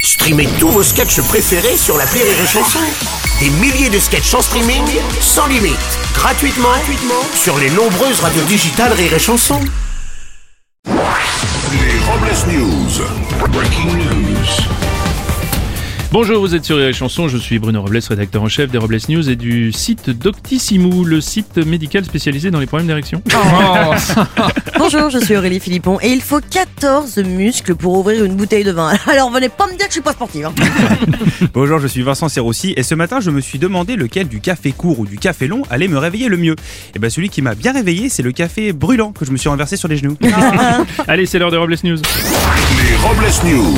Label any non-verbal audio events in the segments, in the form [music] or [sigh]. Streamez tous vos sketchs préférés sur la Rire et Chanson. Des milliers de sketchs en streaming, sans limite, gratuitement, gratuitement sur les nombreuses radios digitales Rire et Chanson. Les Robles News. Breaking news. Bonjour, vous êtes sur les chansons, je suis Bruno Robles, rédacteur en chef des Robles News et du site Doctissimo, le site médical spécialisé dans les problèmes [laughs] d'érection. Bonjour, je suis Aurélie Philippon et il faut 14 muscles pour ouvrir une bouteille de vin. [laughs] Alors venez pas me dire que je suis pas sportive. hein. [laughs] Bonjour, je suis Vincent Serroussi et ce matin je me suis demandé lequel du café court ou du café long allait me réveiller le mieux. Et bien celui qui m'a bien réveillé, c'est le café brûlant que je me suis renversé sur les genoux. Ah. Allez, c'est l'heure des Robles News. Les Robles News.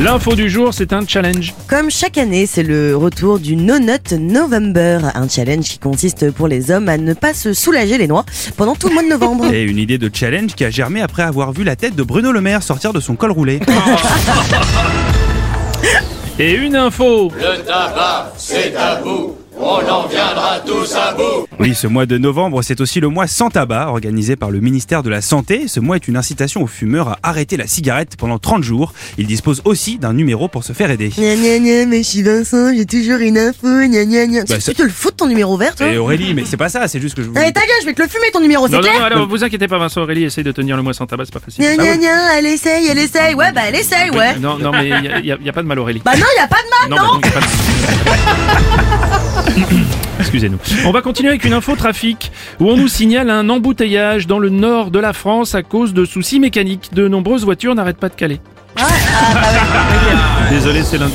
L'info du jour, c'est un challenge. Comme chaque année, c'est le retour du No Nut November, un challenge qui consiste pour les hommes à ne pas se soulager les noix pendant tout le mois de novembre. [laughs] Et une idée de challenge qui a germé après avoir vu la tête de Bruno Le Maire sortir de son [laughs] col roulé. Et une info Le tabac, c'est tabou. On en viendra tous à bout. Oui, ce mois de novembre, c'est aussi le mois sans tabac organisé par le ministère de la Santé. Ce mois est une incitation aux fumeurs à arrêter la cigarette pendant 30 jours. Il dispose aussi d'un numéro pour se faire aider. [laughs] Gna gna gna, mais je suis Vincent, j'ai toujours une info, gna gna gna. Bah, tu ça- te le fous de ton numéro vert, toi Et Aurélie, mais c'est pas ça, c'est juste que je vous... Allez, ta gueule, je vais te le fumer ton numéro, c'est Non, non, clair non, alors Ah vous inquiétez pas, Vincent Aurélie essaye de tenir le mois sans tabac, c'est pas facile. Gna gna gna, elle essaye, elle essaye. Ouais, bah elle essaye, Oui, ouais. Non, non, mais il n'y a, y a pas de mal, Aurélie. Bah non, y a pas de mal, non, bah, donc, y a pas [laughs] de- Excusez-nous. On va continuer avec une info trafic où on nous signale un embouteillage dans le nord de la France à cause de soucis mécaniques. De nombreuses voitures n'arrêtent pas de caler. [laughs] Désolé, c'est lundi.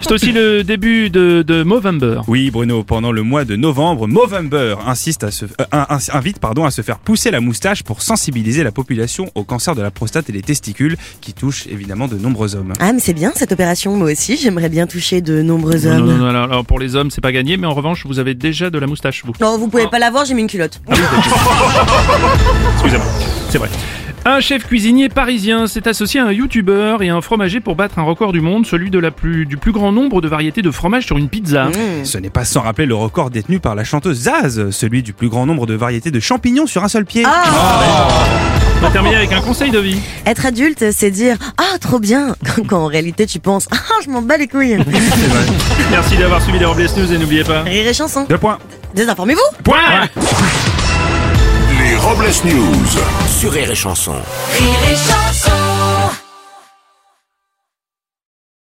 c'est aussi le début de, de Movember. Oui, Bruno, pendant le mois de novembre, Movember insiste à se, euh, in- in- invite pardon, à se faire pousser la moustache pour sensibiliser la population au cancer de la prostate et des testicules, qui touche évidemment de nombreux hommes. Ah mais c'est bien cette opération, moi aussi j'aimerais bien toucher de nombreux Non, hommes. non, non, alors, alors, pour les hommes, c'est pas gagné, mais en revanche, vous avez déjà de la moustache, vous. Non, vous pouvez pas l'avoir, j'ai mis une culotte. Excusez-moi, c'est vrai. Un chef cuisinier parisien s'est associé à un youtubeur et à un fromager pour battre un record du monde, celui de la plus, du plus grand nombre de variétés de fromages sur une pizza. Ce n'est pas sans rappeler le record détenu par la chanteuse Zaz, celui du plus grand nombre de variétés de champignons sur un seul pied. Ah On va terminer avec un conseil de vie. Être adulte, c'est dire Ah, trop bien [laughs] Quand- Quand en réalité, tu penses Ah, je m'en bats [laughs] les couilles Merci d'avoir suivi les Robles News et n'oubliez pas. Rire et chanson. Deux points. Désinformez-vous Point Les Robles News. Sur Rire et Chanson. Rire et chanson